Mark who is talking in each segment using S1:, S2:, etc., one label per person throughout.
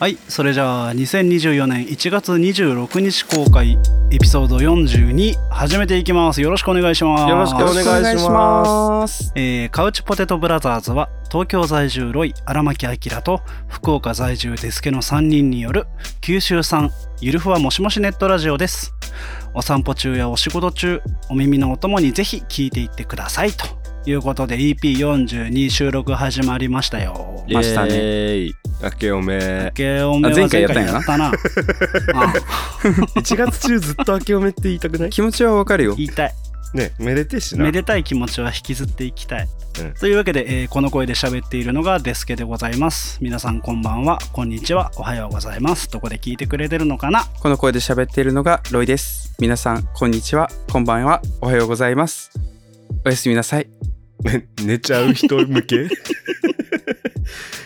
S1: はいそれじゃあ2024年1月26日公開エピソード42始めていきますよろしくお願いします
S2: よろしくお願いします
S1: えーカウチポテトブラザーズは東京在住ロイ荒牧明と福岡在住デスケの3人による九州産ゆるふわもしもしネットラジオですお散歩中やお仕事中お耳のお供にぜひ聞いていってくださいということで EP42 収録始まりましたよ
S2: ましたね
S3: イエーイ
S2: 明けおめ
S1: ゲオメは前
S3: あ前
S1: 回
S3: 回
S1: や
S3: や
S1: っ
S3: ったたんやな
S1: なあ
S2: 1月中ずっと明けおめって言いたくない
S3: 気持ちはわかるよ
S1: 言いたい
S2: ねめでてえしな
S1: めでたい気持ちは引きずっていきたい、
S2: うん
S1: というわけで、えーこの声で喋っているのがデスケでございます皆さんこんばんはこんにちはおはようございますどこで聞いてくれてるのかな
S3: この声で喋っているのがロイです皆さんこんにちはこんばんはおはようございますおやすみなさい
S2: ね寝ちゃう人向け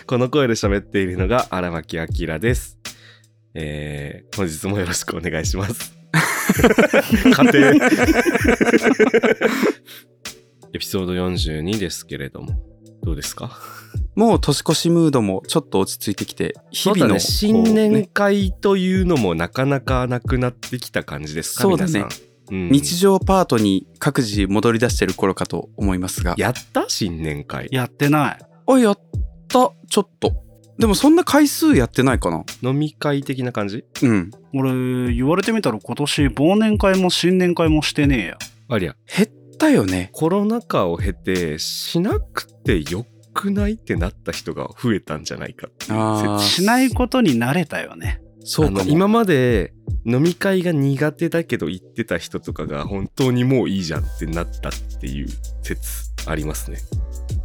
S2: この声で喋っているのが荒牧明ですえー、本日もよろしくお願いします 家庭 エピソード42ですけれどもどうですか
S3: もう年越しムードもちょっと落ち着いてきて日々の、
S2: ね、新
S3: こう
S2: 年
S3: ね
S2: 会というのもなかなかなくなってきた感じですか
S3: そうだね
S2: 皆さんうん
S3: 日常パートに各自戻り出してる頃かと思いますが
S2: やった新年会
S1: やってない
S3: あやったちょっとでもそんな回数やってないかな
S2: 飲み会的な感じ
S3: うん
S1: 俺言われてみたら今年忘年会も新年会もしてねえや
S2: ありゃ
S3: 減ったよね
S2: コロナ禍を経てしなくてよくないってなった人が増えたんじゃないかっていう
S3: あー
S2: 説
S1: しないことに慣れたよね
S3: そう
S2: あ
S3: か
S2: の
S3: も
S2: 今まで飲み会が苦手だけど行ってた人とかが本当にもういいじゃんってなったっていう説ありますね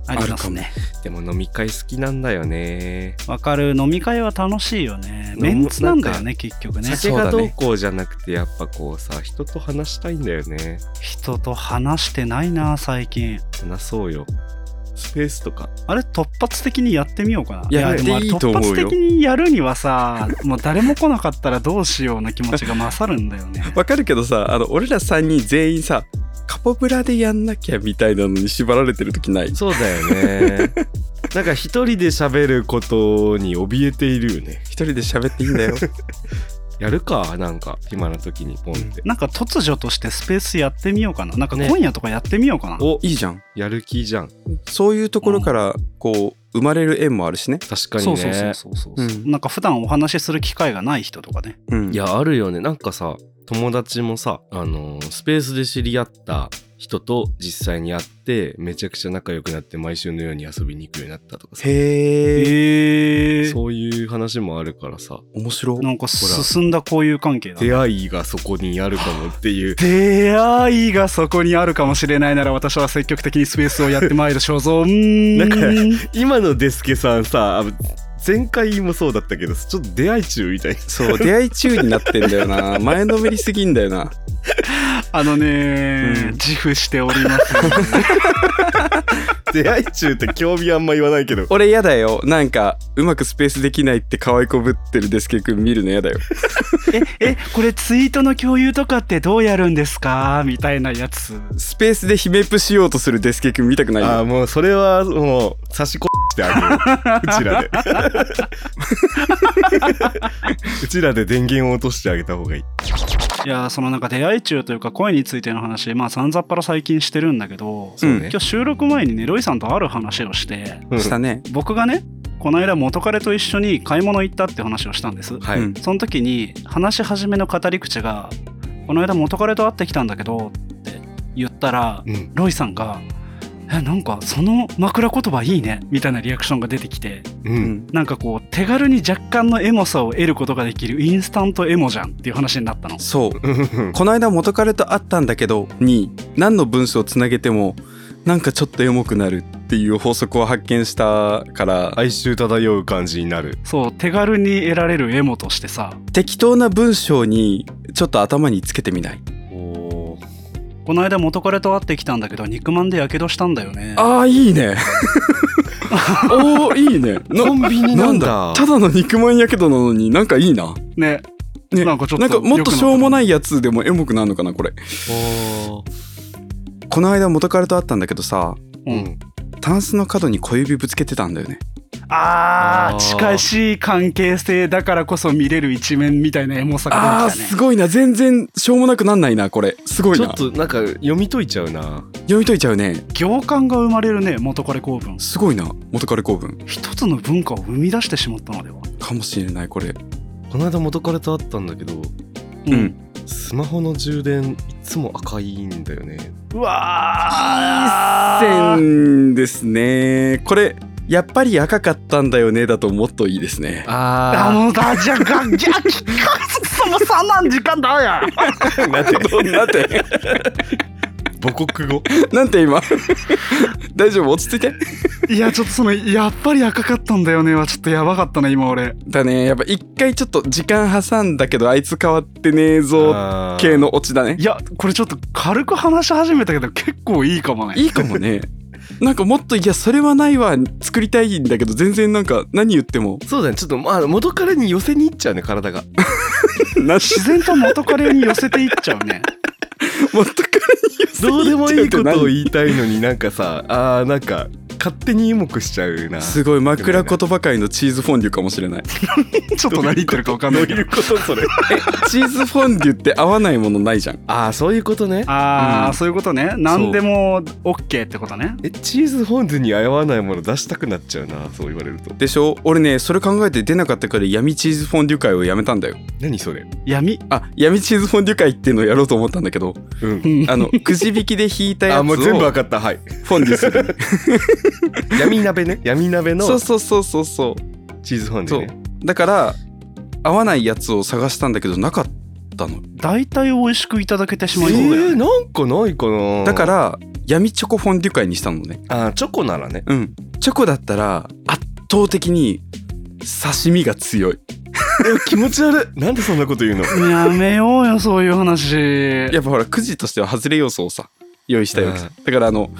S1: ありますね
S2: でも飲み会好きなんだよね
S1: わかる飲み会は楽しいよね
S2: 飲む
S1: メンツなんだよね結局ね
S2: 酒
S3: そう
S2: が
S3: だ
S2: ど
S3: ね
S2: うこうじゃなくてやっぱこうさ人と話したいんだよね
S1: 人と話してないな最近
S2: 話そうよスペースとか
S1: あれ突発的にやってみようかな
S3: や
S1: でもあれ
S2: いやいいと思うよ
S1: 突発的にやるにはさもう誰も来なかったらどうしような気持ちが勝るんだよ ね
S3: わかるけどさあの俺ら3人全員さカポブラでやんなきゃみたいなのに縛られてる時ない
S2: そうだよ ねなんか一人で喋ることに怯えているよね
S3: 一人で喋っていいんだよ
S2: やるかなんか暇な時にポンって、
S1: なんか突如としてスペースやってみようかななんか
S2: ね
S1: 今夜とかやってみようかな、
S2: お
S3: いいじゃん
S2: やる気じゃん
S3: そういうところからこう生まれる縁もあるしね
S2: 確かに
S1: そ
S2: ね
S1: うそうそうそうそう、
S3: うん
S1: なんか普段お話しする機会がない人とかね
S3: うん
S2: いやあるよねなんかさ友達もさあのースペースで知り合った人と実際に会ってめちゃくちゃ仲良くなって毎週のように遊びに行くようになったとかさ
S3: へえ
S1: へえ
S2: そういう話もあるからさ
S3: 面白
S1: なんか進んだ交友関係だ
S2: 出会いがそこにあるかもっ ていう
S1: 出会いがそこにあるかもしれないなら私は積極的にスペースをやってまいる所 存
S2: なんか今のデスケさんさあ前回もそうだったけどちょっと出会い中みたいな
S3: そう出会い中になってんだよな前のめりすぎんだよな
S1: あのね、
S3: うん
S1: 自負しております
S2: 出会い中って興味あんま言わないけど
S3: 俺やだよなんかうまくスペースできないって可愛こぶってるデスケ君見るのやだよ
S1: え、え、これツイートの共有とかってどうやるんですかみたいなやつ。
S3: スペースでヒメプしようとするデスケ君見たくない
S2: ああ
S3: よ
S2: もうそれはもう差しこして あげるうちらでうちらで電源を落としてあげた方がいい
S1: いやー、そのなんか出会い中というか声についての話、まあ散々っぱら最近してるんだけど、
S3: そうね
S1: 今日収録前にね、ロイさんとある話をして、
S3: したね
S1: 僕がね、この間元彼と一緒に買い物行ったって話をしたんです。
S2: はい、
S3: うん
S1: その時に話し始めの語り口が、この間元彼と会ってきたんだけどって言ったら、
S2: うん
S1: ロイさんが、え、なんかその枕言葉いいねみたいなリアクションが出てきて、
S2: うん
S3: うん
S1: なんかこう手軽に若干のエモさを得ることができるインスタントエモじゃんっていう話になったの
S3: そう
S2: うん
S3: この間元彼と会ったんだけどに何の文章をつなげてもなんかちょっとエモくなるっていう法則を発見したから
S2: 哀愁漂う感じになる
S1: そう手軽に得られるエモとしてさ
S3: 適当な文章にちょっと頭につけてみない
S2: お
S1: この間元彼と会ってきたんだけど肉まんでやけどしたんだよね
S3: あーいいね おーいいね
S2: コ
S3: な
S2: ンビニなんだ
S3: ただの肉まんやけどなのになんかいいな、
S1: ね
S3: ね、
S1: なんかちょっと
S3: なんかもっとしょうもないいやつでもエモくなるのかなこれ
S2: お
S3: この間元彼と会ったんだけどさ
S1: う
S2: うんん
S3: タンスの角に小指ぶつけてたんだよね
S1: あ
S2: あ
S1: ー
S2: ー
S1: 近しい関係性だからこそ見れる一面みたいなエモさ
S3: あ
S1: が出
S3: ー
S1: てきた
S3: す
S1: ね
S3: ごいな全然しょうもなくなんないなこれすごい
S2: ち
S3: な
S2: ょっとなんか読み解いちゃうな
S3: 読み解いちゃうね
S1: 行間が生まれるね元彼構文
S3: すごいな元彼公文
S1: 一つの文化を生み出してしまったのでは
S3: かもしれないこれ
S2: この間元彼と会ったんだけど
S1: う
S2: スマホの充電いつも赤いんだよね
S1: うわー
S3: 線ですねこれやっぱり赤かったんだよねだともっといいですね
S1: あ
S2: あ
S1: のだじゃがじゃきかその三なん時間だや
S2: あな んて
S3: なん て
S2: 母国語
S3: なんて今 大丈夫落ち着いて
S1: いやちょっとそのやっぱり赤かったんだよねはちょっとやばかったな今俺
S3: だねやっぱ一回ちょっと時間挟んだけどあいつ変わってねえぞ系のオチだね
S1: いやこれちょっと軽く話し始めたけど結構いいかもね
S3: いいかもねなんかもっといやそれはないわ作りたいんだけど全然なんか何言っても
S2: そうだねちょっとまあ元彼に寄せに行っちゃうね体が
S3: な し
S1: 自然と元彼に寄せていっちゃうね
S3: もっとから
S2: どうでもいいことを
S3: い
S2: 言いたいのになんかさあーなんか勝手にエモくしちゃうな
S3: すごい枕言葉界のチーズフォンデュかもしれない
S1: ちょっと何言ってるか分かんないけど
S2: どういうことそれ
S3: チーズフォンデュって合わないものないじゃん
S2: ああそういうことね
S1: ああ、
S3: うん
S1: そういうことね何でも OK ってことね
S2: えチーズフォンデュに合わないもの出したくなっちゃうなそう言われると
S3: でしょ俺ねそれ考えて出なかったから闇チーズフォンデュ会をやめたんだよ
S2: 何それ
S1: 闇
S3: あ闇チーズフォンデュ会っていうのをやろうと思ったんだけど
S2: うん
S3: あのくじ引きで引いたや
S2: あ
S3: つ
S2: もう全部
S3: を
S2: 分かったはい
S3: フォンデュする
S2: 闇鍋ね 闇鍋の
S3: そうそうそうそうそう
S2: チーズフォンデュね
S3: だから合わないやつを探したんだけどなかったの
S1: 大体美味しくいただけてしまい
S2: え
S1: そうだよ
S2: ー、
S1: ね、
S2: なんかないかな
S3: だから闇チョコフォンデュ会にしたのね
S2: あーチョコならね
S3: うんチョコだったら圧倒的に刺身が強い
S2: え気持ち悪 いなんでそんなこと言うの
S1: やめようよそういう話
S3: やっぱほらくじとしては外れ要素をさ用意したいわけさだからあの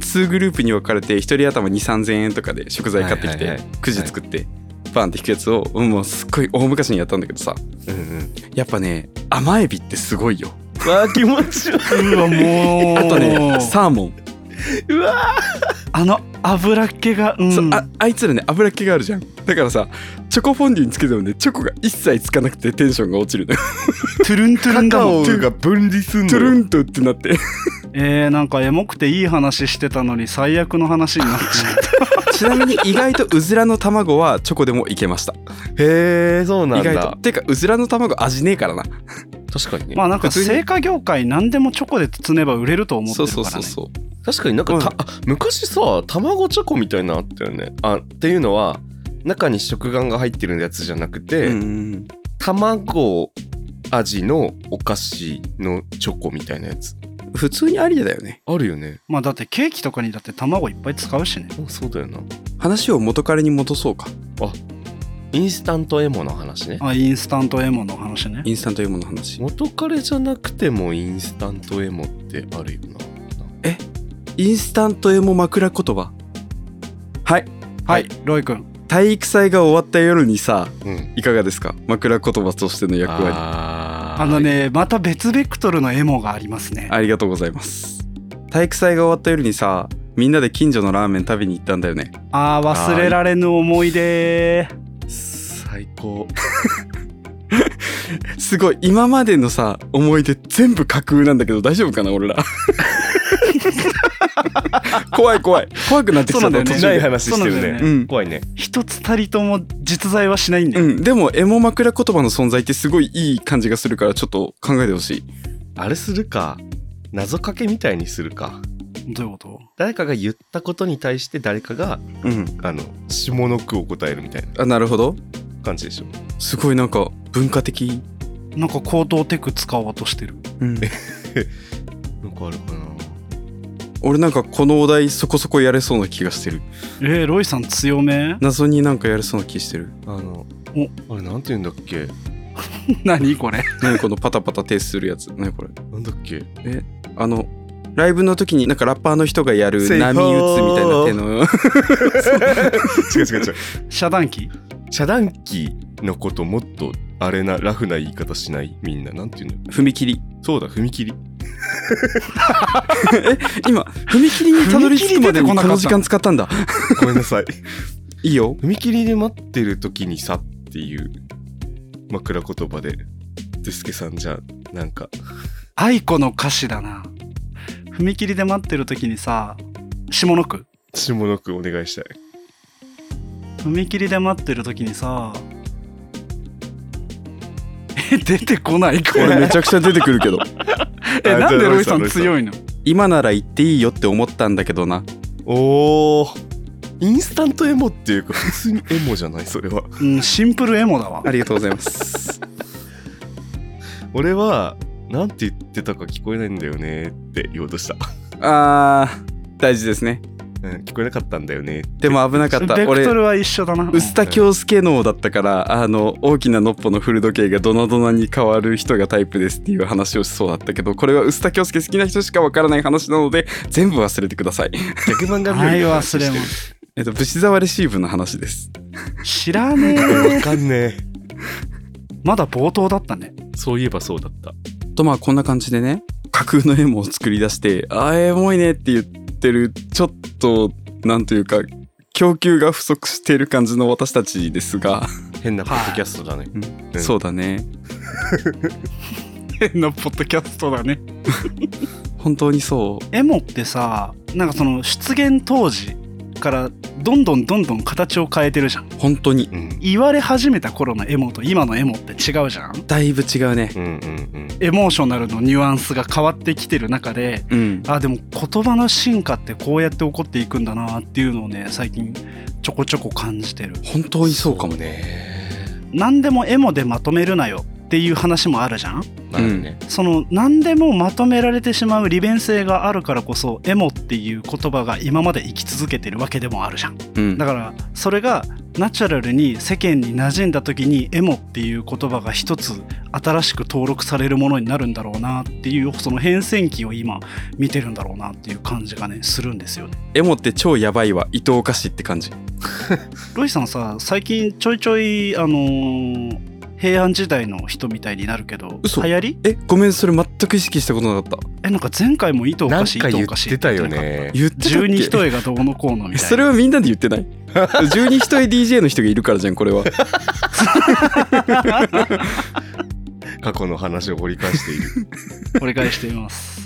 S3: 2グループに分かれて1人頭2 3 0円とかで食材買ってき
S2: はいは
S3: て
S2: いはい
S3: くじ作ってバンって引くやつをうんもうすっごい大昔にやったんだけどさ
S2: うんうん
S3: やっぱね甘エビってすごいよ
S2: うわー気持ち悪
S1: うわもう
S3: あとねサーモン、
S2: いうわ
S1: あの油っ気がう
S3: そうんああいつらね油っ気があるじゃんだからさチョコフォンデュにつけてもねチョコが一切つかなくてテンションが落ちるのよ
S1: トゥルントゥル
S2: カ
S1: ンだ
S2: カ
S1: も
S2: オ
S1: ん
S2: が分離すんの
S3: トゥ
S2: よ
S3: ルンとってなって
S1: えー、なんかエモくていい話してたのに最悪の話になっちゃった
S3: ちなみに意外とうずらの卵はチョコでもいけました
S2: へえそうな
S3: 意
S2: んだ
S3: 外とてかうずらの卵味ねえからな
S2: 確かにね、
S1: まあなんか
S3: 普通に
S1: 成果業界何でもチョコで包めば売れると思って
S3: そう
S1: るから
S3: そう
S1: ね
S3: そうそう
S2: 確かになんかた、
S3: う
S2: あ昔さ卵チョコみたいなのあったよねあっていうのは中に食玩が入ってるやつじゃなくて、
S3: うんうん
S2: 卵味のお菓子のチョコみたいなやつ
S3: うん普通にありだよね
S2: あるよね
S1: まあだってケーキとかにだって卵いっぱい使うしね
S2: あそうだよな
S3: 話を元彼に戻そうか
S2: インスタントエモの話ね
S1: あインスタントエモの話ね
S3: インスタントエモの話
S2: 元彼じゃなくてもインスタントエモってあるよな
S3: インスタントエモ枕言葉はい
S1: は
S2: はいい
S1: ロイ君
S3: 体育祭が終わった夜にさ
S2: うん
S3: いかがですか枕言葉としての役割あ
S2: あー
S1: あのねまた別ベクトルのエモがありますね
S3: りがとうございます体育祭が終わった夜にさみんなで近所のラーメン食べに行ったんだよね
S1: あー忘れられぬ思い出
S2: 最高
S3: すごい今までのさ思い出全部架空なんだけど大丈夫かな俺ら怖い怖い怖くなってきちゃ
S1: そうな
S3: った
S1: んだよね
S3: 途
S2: な
S3: 中
S2: い
S3: で
S2: 話して
S1: そうなん
S2: る
S1: だ
S2: ね
S1: よ
S3: ね
S2: 怖いね
S1: 一つたりとも実在はしないんだ
S3: う
S1: よ、
S3: ん、でもエモ枕言葉の存在ってすごいいい感じがするからちょっと考えてほしい
S2: あれするか謎かけみたいにするか
S1: どういうこと
S2: 誰かが言ったことに対して誰かが
S3: うん
S2: あの下の句を答えるみたいな
S3: あなるほど
S2: 感じでしょ
S3: すごいなんか文化的、
S1: なんか口頭テク使おうとしてる
S3: うん、
S2: なんかあるかな
S3: 俺なんかこのお題そこそこやれそうな気がしてる
S1: えー、ロイさん強め
S3: 謎になんかやれそうな気してる
S2: あのあれなんて言うんだっけ
S1: 何これ
S3: 何このパタパタ停止するやつ 何これ
S2: なんだっ け
S3: あのライブの時になんかラッパーの人がやる
S2: Say
S3: 波打つみたいな手の
S2: 違う違う違う
S1: 遮断機
S2: 遮断機のこともっとあれなラフな言い方しないみんななんて言うんだ
S3: 踏切
S2: そうだ踏 切
S3: 今踏切にたどり着くま
S1: 踏切出て
S3: でに
S1: こなかった
S3: この時間使ったんだ
S2: ごめんなさい
S3: いいよ
S2: 踏切で待ってる時にさっていう枕言葉でデスケさんじゃなんか
S1: アイコの歌詞だな踏切で待ってる時にさ下の句
S2: 下の句お願いしたい
S1: 踏切で待ってる時にさえ出てこないこ
S3: これ め
S1: れ
S3: ちゃくちゃ出てくる けど
S1: えなんでロイさん
S2: ロイさん
S1: 強いの
S3: 今なら言っていいよって思ったんだけどな
S2: おおインスタントエモっていうか普通にエモじゃないそれは
S1: うんシンプルエモだわ
S3: ありがとうございます
S2: 俺はなんて言ってたか聞こえないんだよねって言おうとした、
S3: あー大事ですね
S2: うん、聞こえなかったんだよね
S3: でも危なかった
S1: ベク
S3: 俺
S1: トルは一緒だな
S3: 臼田恭介能だったからあの大きなノッポの古時計がドナドナに変わる人がタイプですっていう話をしそうだったけどこれは臼田恭介好きな人しかわからない話なので全部忘れてください
S2: 逆漫画
S1: はい
S2: の
S1: 忘
S2: 話
S1: れ
S2: して
S1: も
S2: る
S3: えっと武士沢レシーブの話です
S1: 知らね
S2: わ
S1: え
S2: かんねえ
S1: まだ冒頭だった ね
S2: そういえばそうだった
S3: とまあこんな感じでね架空のエモを作り出して「あーエモいね」って言ってるちょっとなんというか供給が不足している感じの私たちですが、
S2: 変なポッドキャストだね、うん
S3: そうだね
S1: 変なポッドキャストだね
S3: 本当にそう
S1: エモってさなんかその出現当時からどんどんどんどん形を変えてるじゃん
S3: 本当に
S2: うん
S1: 言われ始めた頃のエモと今のエモって違うじゃん
S3: だいぶ違うね
S2: うんうん
S1: エモーショナルのニュアンスが変わってきてる中で
S3: うん
S1: あでも言葉の進化ってこうやって起こっていくんだなっていうのをね最近ちょこちょこ感じてる
S3: 本
S2: う
S3: 当
S2: ん
S3: にそうかもね
S2: ね
S1: 何でもエモでまとめるなよっていう話もあるじゃん
S2: あるね、
S1: その何でもまとめられてしまう利便性があるからこそエモっていう言葉が今まで生き続けてるわけでもあるじゃん
S3: うん
S1: だからそれがナチュラルに世間に馴染んだ時にエモっていう言葉が一つ新しく登録されるものになるんだろうなっていうその変遷期を今見てるんだろうなっていう感じがねするんですよね。
S3: エモって超やばいわ伊藤お菓子って感じ
S1: ロイさんさ最近ちょいちょいあのー平安時代の人みたいになるけど
S3: 嘘
S1: 流行り
S3: えごめんそれ全く意識したことなかった
S1: えなんか前回も糸お
S2: なん
S1: かしい
S2: か
S1: 糸
S2: 言
S1: おかしい
S2: ってたよ
S1: 言って
S2: ね
S3: 言ってたっけ
S1: 十二一重がどうのこうのみたいな
S3: それはみんなで言ってない 十二人 DJ の人がいるからじゃんこれは
S2: 過去の話を掘り返している
S1: 折り返しています。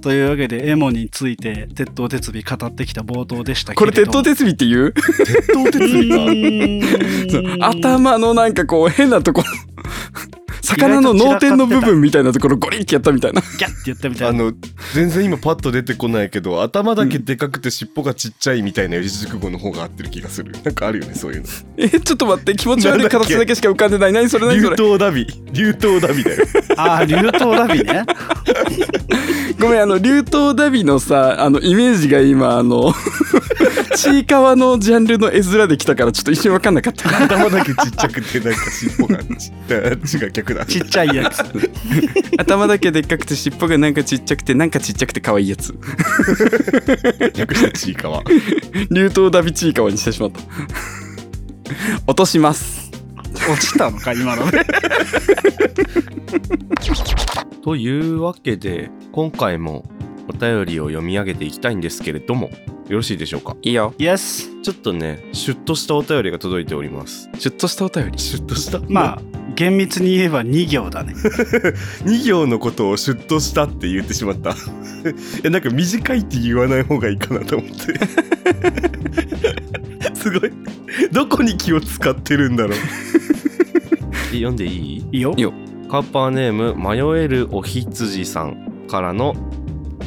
S1: というわけでエモについて鉄頭鉄尾語ってきた冒頭でしたけ
S3: こ
S1: れど
S3: れ鉄頭鉄尾って言う
S2: 鉄頭鉄尾
S1: う
S2: が
S1: ーん
S3: 頭のなんかこう変なところ魚の脳天の部分みたいなところゴリッてやったみたいな
S1: ギャッて言ったみた
S2: あ
S1: いな
S2: の全然今パッと出てこないけど頭だけでかくて尻尾がちっちゃいみたいな四字熟語の方が合ってる気がするなんかあるよねそういうの
S3: えちょっと待って気持ち悪い形だけしか浮かんでない何それ何そ
S2: 流
S3: れ
S2: 頭ダビ流頭ダビだよ
S1: あー竜頭ラビね
S3: ごめんあの竜頭ダビのさあのイメージが今あ のちいかわのジャンルの絵面できたからちょっと一瞬分かんなかった
S2: 頭だけちっちゃくてなんか尻尾がちっちゃいあ違う逆だ
S1: ちっちゃいやつ
S3: 頭だけでっかくて尻尾がなんかちっちゃくてなんかちっちゃくて可愛いやつ
S2: 逆したちいかわ
S3: 竜頭ダビチーカワにしてしまった落とします
S1: 落ちたのか今のね
S2: というわけで今回もお便りを読み上げていきたいんですけれどもよろしいでしょうか
S3: いいよ
S1: イエス
S2: ちょっとねシュッとしたお便りが届いております
S3: シュッとしたお便り
S2: シュッとした
S1: まあ厳密に言えば2行だね
S2: 2行のことをシュッとしたって言ってしまった いやなんか短いって言わない方がいいかなと思って すごいどこに気を使ってるんだろう 読んでいい
S1: いいよ
S3: いいよ
S2: カッパーネーム迷えるおひつじさんからの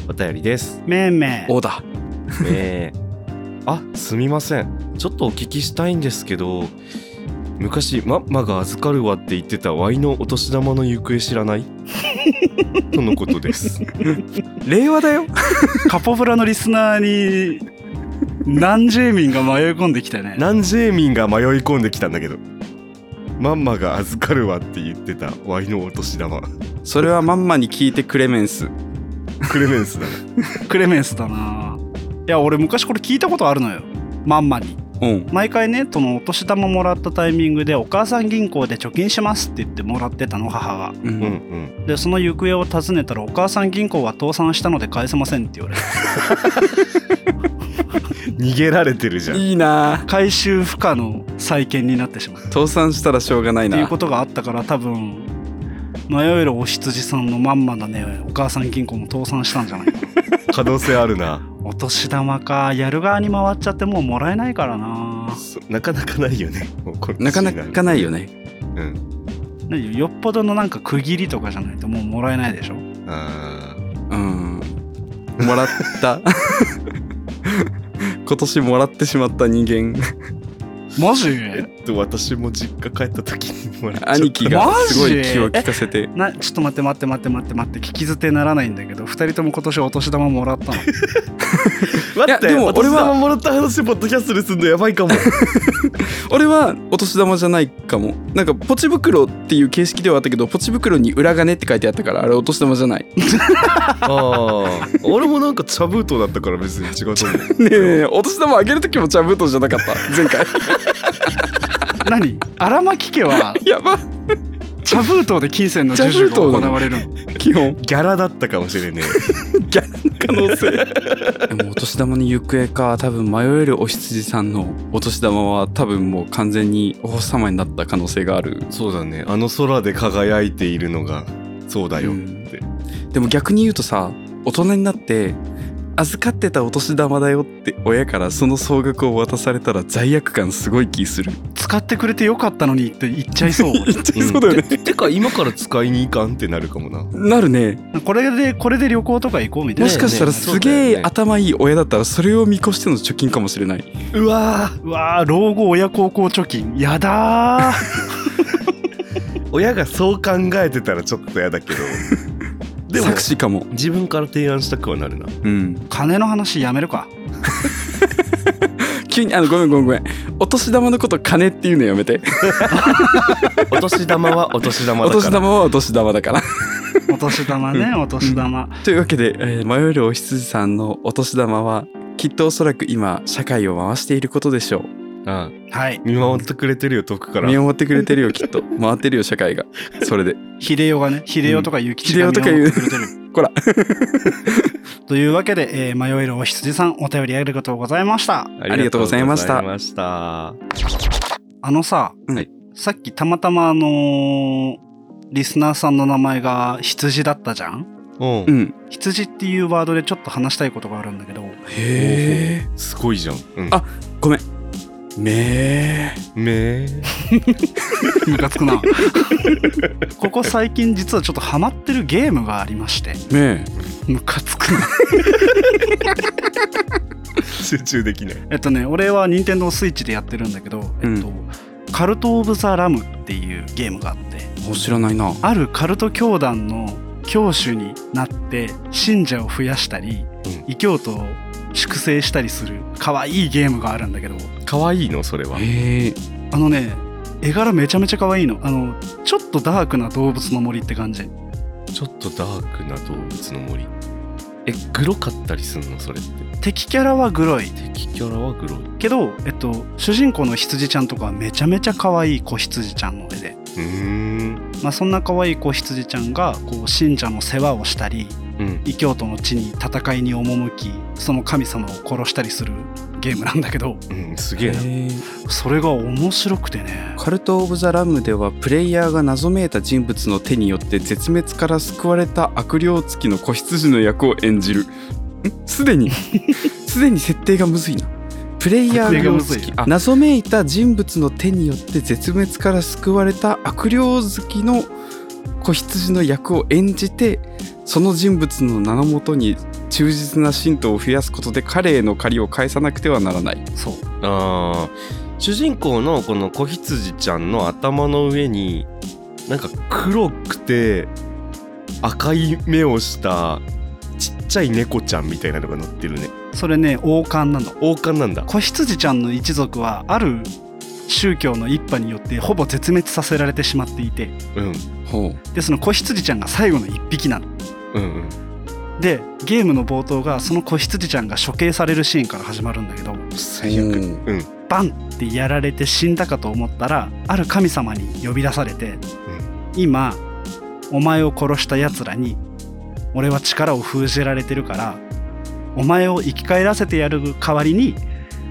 S2: お便りです
S1: めんめん
S3: おだ
S2: えー、あすみませんちょっとお聞きしたいんですけど昔マッマが預かるわって言ってたワイのお年玉の行方知らない とのことです
S3: 令和だよ
S1: カポブラのリスナーに何十民が迷い込んできたね
S2: ナンジェーミンが迷い込んできたんだけどマンマが預かるわって言ってたワイのお年玉
S3: それはまんまに聞いてクレメンス
S2: クレメンスだ ね
S1: クレメンスだないや俺昔これ聞いたことあるのよまんまに
S3: うん
S1: 毎回ねそのお年玉もらったタイミングでお母さん銀行で貯金しますって言ってもらってたの母が
S3: う
S2: うん
S3: ん
S2: うん
S1: でその行方を尋ねたらお母さん銀行は倒産したので返せませんって言われて
S2: 逃げられてるじゃん
S3: いいな
S1: 回収不可の再建になってしまうっ
S3: 倒産したらしょうがない
S1: て
S3: な
S1: いうことがあったから多分迷えるお羊さんのまんまだねお母さん銀行も倒産したんじゃないかな
S2: 可能性あるな
S1: お年玉かやる側に回っちゃってもうもらえないからな
S2: そなかなかないよねもうこっち
S3: なかな
S2: に
S3: かないよね
S2: うん
S1: 何よよっぽどのなんか区切りとかじゃないともうもらえないでしょ
S2: あ
S3: うんもらった 今年もらってしまった人間
S1: マジ
S2: ーえっと私も実家帰った時にもらっちゃった
S3: 兄貴が
S1: マジ
S3: すごい気を利かせて
S1: なちょっと待って待って待って待って待って聞き捨てならないんだけど2人とも今年お年玉もら ったの
S2: 待って
S3: いやでも
S2: も
S3: 俺
S2: 俺
S3: は
S2: はもらった話ポッドキャストですんのやばい かも
S3: 俺はお年玉じゃないかもなんかポチ袋っていう形式ではあったけどポチ袋に裏金って書いてあったからあれお年玉じゃないね
S2: ああ俺もなんか茶封筒だったから別に違うと思う
S3: えお年玉あげる時も茶封筒じゃなかった前回
S1: 何荒牧家は
S3: やば
S1: 茶封筒で金銭の授受が行われるの
S3: 基本
S2: ギャラだったかもしれねえ
S3: ギャラの可能性でもお年玉の行方か多分迷えるお羊さんのお年玉は多分もう完全にお星様になった可能性がある
S2: そうだねあの空で輝いているのがそうだよって、
S3: でも逆に言うとさ大人になって預かってたお年玉だよって親からその総額を渡されたら罪悪感すごい気 する
S1: 使ってくれてよかったのにって言っちゃいそう俺
S3: 言っちゃいそうだよね、
S2: てか今から使いに行かんってなるかもな
S3: なるね
S1: これでこれで旅行とか行こうみたい
S3: も
S1: な
S3: しかしたら
S2: ねえねえ
S3: すげ
S2: そうだよ
S3: え
S2: ね
S3: 頭いい親だったらそれを見越しての貯金かもしれないう
S2: わ
S1: うわー老後親孝行貯金やだー
S2: 親がそう考えてたらちょっと 嫌だけどでも
S3: 作詞かも
S2: 自分から提案したくはなる な
S3: うん
S1: 金の話やめ るか
S3: 急にあのごめんごめんごめんお年玉のこと金っていうのやめて
S2: お年玉はお年玉
S3: お
S2: だから
S3: 年玉はお年玉だから
S1: お年玉ねお年玉
S3: というわけで、えー迷えるお羊さんのお年玉はきっとおそらく今社会を回していることでしょう
S2: ああ
S1: はい
S2: 見守ってくれてるよ遠くから
S3: 見守ってくれてるよきっと回ってるよ社会がそれで
S1: 秀夫がね秀夫とかゆきち
S3: う
S1: が
S3: ん
S1: 見守ってくれてる、
S3: こら
S1: というわけで、えー迷えるお羊さんお便りありがとうございました
S2: あ
S3: りがとうございました
S2: りがとうございました
S1: あのさ、
S3: はい
S1: さっきたまたまあのーリスナーさんの名前が羊だったじゃん
S2: うん、
S3: うん
S1: 羊っていうワードでちょっと話したいことがあるんだけ ど
S3: へえ
S2: すごいじゃん、うん、
S3: あごめんめ
S2: めー
S1: ムカつくなここ最近実はちょっとハマってるゲームがありまして
S3: えめ
S1: ムカつくな
S2: 集中できない
S1: えっとね俺は任天堂スイッチでやってるんだけど、えっとカルト・オブ・ザ・ラムっていうゲームがあって
S3: え知らないな
S1: あるカルト教団の教主になって信者を増やしたり、
S2: うん
S1: 異教徒を粛清したりする可愛いゲームがあるんだけど
S2: 可愛いのそれは
S3: へえ
S1: あのね絵柄めちゃめちゃ可愛いのあのちょっとダークな動物の森って感じ
S2: ちょっとダークな動物の森えグロかったりすんのそれって
S1: 敵キャラはグロい
S2: 敵キャラはグロい
S1: けど、えっと、主人公の羊ちゃんとかはめちゃめちゃ可愛い子羊ちゃんの絵で、
S2: うーん
S1: まあ、そんな可愛い子羊ちゃんがこう信者の世話をしたり
S2: うん
S1: 異教徒の地に戦いに赴きその神様を殺したりするゲームなんだけど
S2: うんすげえな
S1: それが面白くてね
S3: カルト・オブ・ザ・ラムではプレイヤーが謎めいた人物の手によって絶滅から救われた悪霊付きの子羊の役を演じるんす でにすでに設定がむずいなプレイヤー
S1: 設定が
S3: が
S1: むずい
S3: あ謎めいた人物の手によって絶滅から救われた悪霊好きの子羊の役を演じてその人物の名のもとに忠実な信徒を増やすことで彼への借りを返さなくてはならない
S1: そう
S2: あー主人公のこの子羊ちゃんの頭の上になんか黒くて赤い目をしたちっちゃい猫ちゃんみたいなのが乗ってるね
S1: それね王冠なの
S2: 王冠なんだ
S1: 子羊ちゃんの一族はある宗教の一派によってほぼ絶滅させられてしまっていて
S2: うん
S3: ほ
S1: でその子羊ちゃんが最後の一匹なの
S2: うんうん
S1: でゲームの冒頭がその子羊ちゃんが処刑されるシーンから始まるんだけど
S2: 最悪
S3: うん
S2: うん
S1: バンってやられて死んだかと思ったらある神様に呼び出されて、今お前を殺した奴らに俺は力を封じられてるからお前を生き返らせてやる代わりに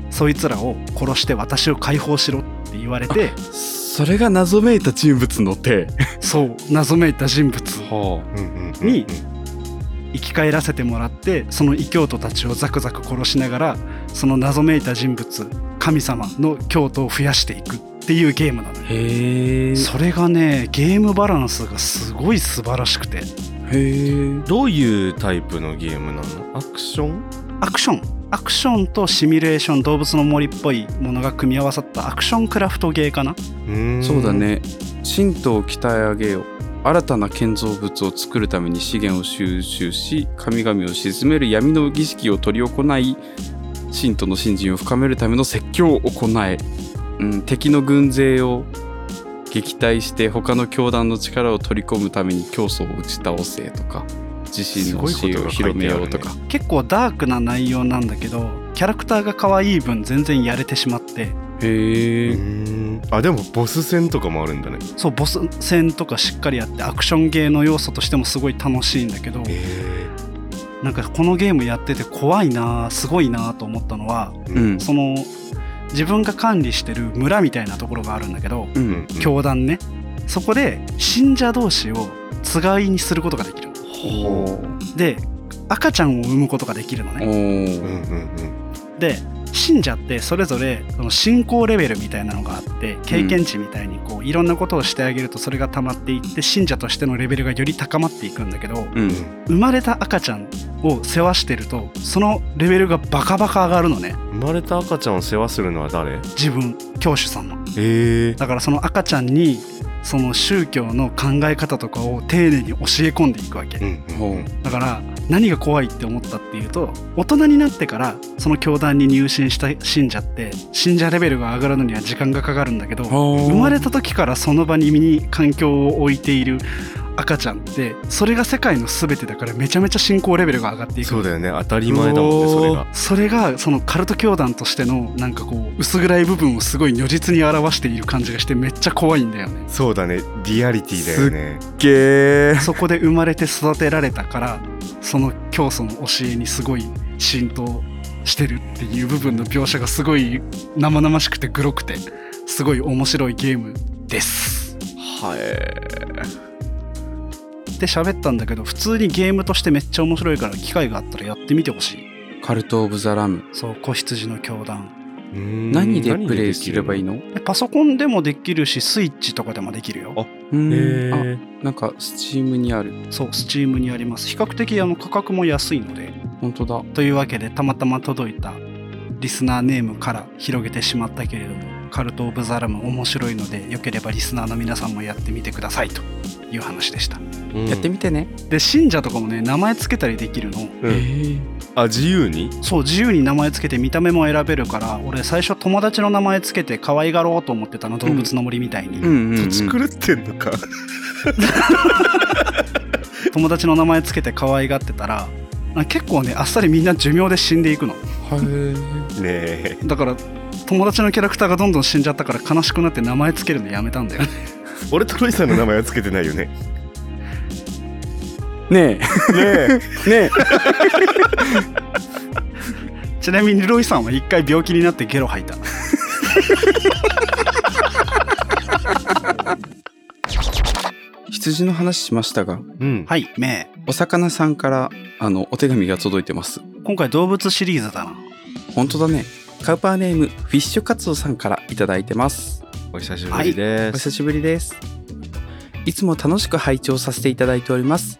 S1: そいつらを殺して私を解放しろって言われて
S3: それが謎めいた人物の手
S1: そう謎めいた人物
S3: は
S2: うんうんうん
S1: に生き返らせてもらってその異教徒たちをザクザク殺しながらその謎めいた人物神様の教徒を増やしていくっていうゲームなのよ
S3: あへえ
S1: それがねゲームバランスがすごい素晴らしくて
S3: へえ
S2: どういうタイプのゲームなのアクション
S1: アクションアクションとシミュレーション動物の森っぽいものが組み合わさったアクションクラフトゲーかな
S2: ーん
S3: そうだね神道を鍛え上げよ新たな建造物を作るために資源を収集し神々を鎮める闇の儀式を執り行い信徒の信心を深めるための説教を行え、うん、敵の軍勢を撃退して他の教団の力を取り込むために教祖を打ち倒せとか自身の
S2: すご
S3: 教
S2: いこ
S3: え
S2: と
S3: を
S2: が書い
S3: 広め
S2: てある
S3: よ
S2: ね
S3: うとか、
S1: 結構ダークな内容なんだけどキャラクターが可愛い分全然やれてしまって
S3: へ
S2: う
S3: え
S2: ーんあでもボス戦とかもあるんだね
S1: そうボス戦とかしっかりやってアクションゲーの要素としてもすごい楽しいんだけど
S2: え
S1: なんかこのゲームやってて怖いなすごいなと思ったのは
S2: え
S3: うん
S1: その自分が管理してる村みたいなところがあるんだけど
S3: う
S2: うんん
S1: 教団ねそこで信者同士をつがいにすることができるの
S3: ほ
S1: で赤ちゃんを産むことができるの
S3: う
S1: ね
S2: う
S3: お
S2: んうん
S1: で信者ってそれぞれその信仰レベルみたいなのがあって経験値みたいにこういろんなことをしてあげるとそれが溜まっていって信者としてのレベルがより高まっていくんだけど
S3: う
S2: うんんうん
S1: 生まれた赤ちゃんを世話してるとそのレベルがバカバカ上がるのね
S2: 生まれた赤ちゃんを世話するのは誰
S1: 自分教主さんの
S2: ええ
S1: だからその赤ちゃんにその宗教の考え方とかを丁寧に教え込んでいくわけ
S2: うん
S3: ほう
S1: だから何が怖いって思ったっていうと大人になってからその教団に入信した信者って信者レベルが上がるのには時間がかかるんだけど生まれた時からその場に身に環境を置いている赤ちゃんってそれが世界の全てだからめちゃめちゃ信仰レベルが上がっていく
S2: そうだよね当たり前だもんねそれが
S1: それがそのカルト教団としてのなんかこう薄暗い部分をすごい如実に表している感じがしてめっちゃ怖いんだよね
S2: そうだねリアリティだよね
S3: けー
S1: そこで生まれて育てられたからその教祖の教えにすごい浸透してるっていう部分の描写がすごい生々しくてグロくてすごい面白いゲームです
S3: はい
S1: で喋ったんだけど普通にゲームとしてめっちゃ面白いから機会があったらやってみてほしい
S3: カルト・オブ・ザ・ラム
S1: そう子羊の教団
S2: うーん
S3: 何でプレイすればいいの
S1: でパソコンでもできるしスイッチとかでもできるよ
S2: あ
S3: うん
S2: へ
S3: あ
S2: え
S3: なんかスチームにある
S1: そう、スチームにあります。比較的あの価格も安いので。
S3: 本当だ
S1: というわけで、たまたま届いたリスナーネームから広げてしまったけれども、カルト・オブ・ザ・ラム面白いので、よければリスナーの皆さんもやってみてくださいという話でした。
S3: やってみてね
S1: で、信者とかもね、名前つけたりできるの。
S2: うんあ自由に
S1: そう、自由に名前つけて見た目も選べるから、俺最初友達の名前つけて可愛がろうと思ってたの、動物の森みたいに。
S3: うんうんうん
S2: 作るってんのか
S1: 友達の名前つけて可愛がってたら、あ結構ね、あっさりみんな寿命で死んでいくの。
S3: は
S2: ねえ
S1: だから友達のキャラクターがどんどん死んじゃったから悲しくなって名前つけるのやめたんだよね
S2: 俺とロイさんの名前はつけてないよねね
S3: い ね
S2: え
S3: えね
S1: ちなみにロイさんは一回病気になってゲロ吐いた
S3: え羊の話しましたが
S2: うん
S1: はいメ
S3: お魚さんからあのお手紙が届いてます
S1: イ今回動物シリーズだな
S3: 本当だねカウパーネームフィッシュカツオさんからいただいてます
S2: お久しぶりで
S3: お
S2: す
S3: 久しぶりですいつも楽しく拝聴させていただいております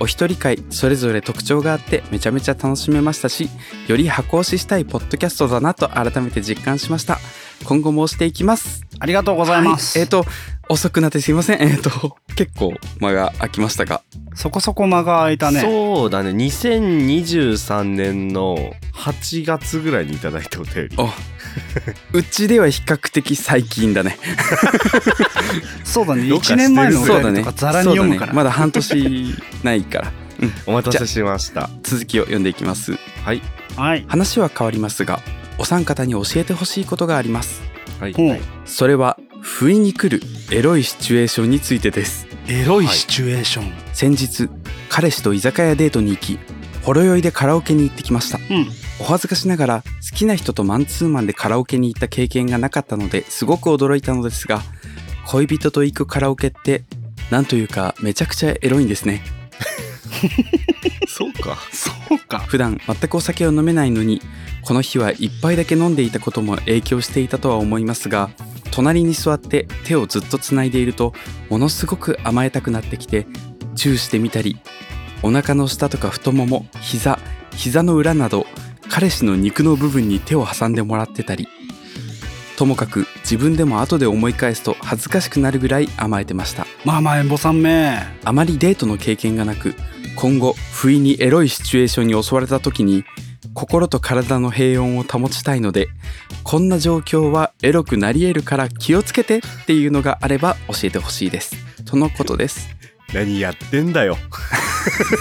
S3: お一人会それぞれ特徴があってめちゃめちゃ楽しめましたしより箱推ししたいポッドキャストだなと改めて実感しました今後も推していきます
S1: ありがとうございます、
S3: はいえっ、と遅くなってすいませんえっ、と結構間が空きましたが
S1: そこそこ間が空いたね
S2: そうだね2023年の8月ぐらいにいただいたお便り
S3: あうちでは比較的最近だね
S1: そうだね
S2: どうかして
S1: 1
S2: る
S1: 年前のお
S3: そう
S1: 便
S3: だ
S1: り
S3: ね
S1: とかざらに読むか
S3: そうだね
S1: ら、
S3: まだ半年ないから
S2: お待たせしました
S3: 続きを読んでいきます
S2: はい
S1: はい
S3: 話は変わりますがお三方に教えてほしいことがあります
S2: はい
S1: ほう
S2: はい
S3: それは不意に来るエロいシチュエーションについてです
S1: エロいシチュエーション、
S3: 先日彼氏と居酒屋デートに行きほろ酔いでカラオケに行ってきました
S1: うん
S3: お恥ずかしながら好きな人とマンツーマンでカラオケに行った経験がなかったのですごく驚いたのですが恋人と行くカラオケってなんというかめちゃくちゃエロいんですね
S2: そうか。
S1: そうか。
S3: 普段全くお酒を飲めないのにこの日は1杯だけ飲んでいたことも影響していたとは思いますが隣に座って手をずっとつないでいるとものすごく甘えたくなってきてチューしてみたりお腹の下とか太もも膝膝の裏など彼氏の肉の部分に手を挟んでもらってたりともかく自分でも後で思い返すと恥ずかしくなるぐらい甘えてました
S1: まあまあ、エンボさんめ。
S3: あまりデートの経験がなく今後不意にエロいシチュエーションに襲われた時に心と体の平穏を保ちたいのでこんな状況はエロくなり得るから気をつけてっていうのがあれば教えてほしいですとのことです
S2: 何やってんだよ。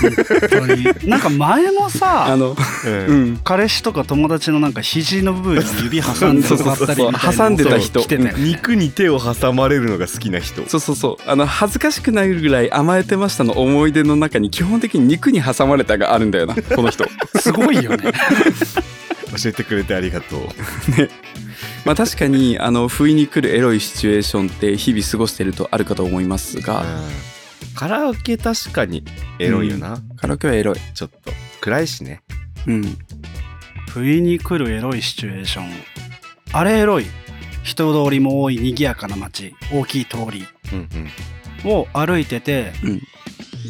S1: 本当になんか前も
S3: あ
S1: さ、
S3: の
S2: う。
S3: うんん
S1: 彼氏とか友達のなんか肘の部分に指挟んでもらったりみたいな。
S3: 挟んでた人
S1: 来てたよね
S2: 肉に手を挟まれるのが好きな人。
S3: そうそうそうあの恥ずかしくなるぐらい甘えてましたの思い出の中に基本的に肉に挟まれたがあるんだよなこの人
S1: すごいよね。
S2: 教えてくれてありがとう。
S3: まあ確かにあの不意に来るエロいシチュエーションって日々過ごしてるとあるかと思いますが
S2: カラオケ確かにエロいよな、
S3: カラオケはエロい
S2: ちょっと暗いしね
S3: うん
S1: 不意に来るエロいシチュエーションあれエロい人通りも多い賑やかな街大きい通り
S2: うんうん
S1: を歩いてて、
S3: うん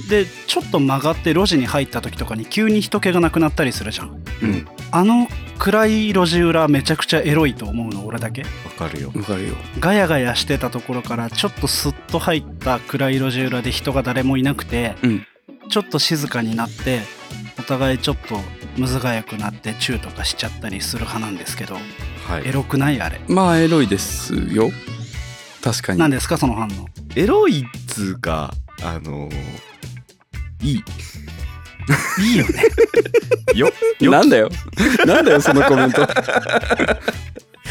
S1: でちょっと曲がって路地に入った時とかに急に人気がなくなったりするじゃん
S3: うん
S1: あの暗い路地裏めちゃくちゃエロいと思うの俺だけ
S2: わかるよ
S3: わかるよ。
S1: ガヤガヤしてたところからちょっとスッと入った暗い路地裏で人が誰もいなくて、
S3: うん
S1: ちょっと静かになってお互いちょっとむずがやくなってチューとかしちゃったりする派なんですけど
S2: はい
S1: エロくないあれ
S3: まあエロいですよ。確かに。
S1: 何ですかその反応
S2: エロいっつうかあのーい
S1: いいよね
S2: い よよ
S3: なんだよ。 なんだよそのコメント。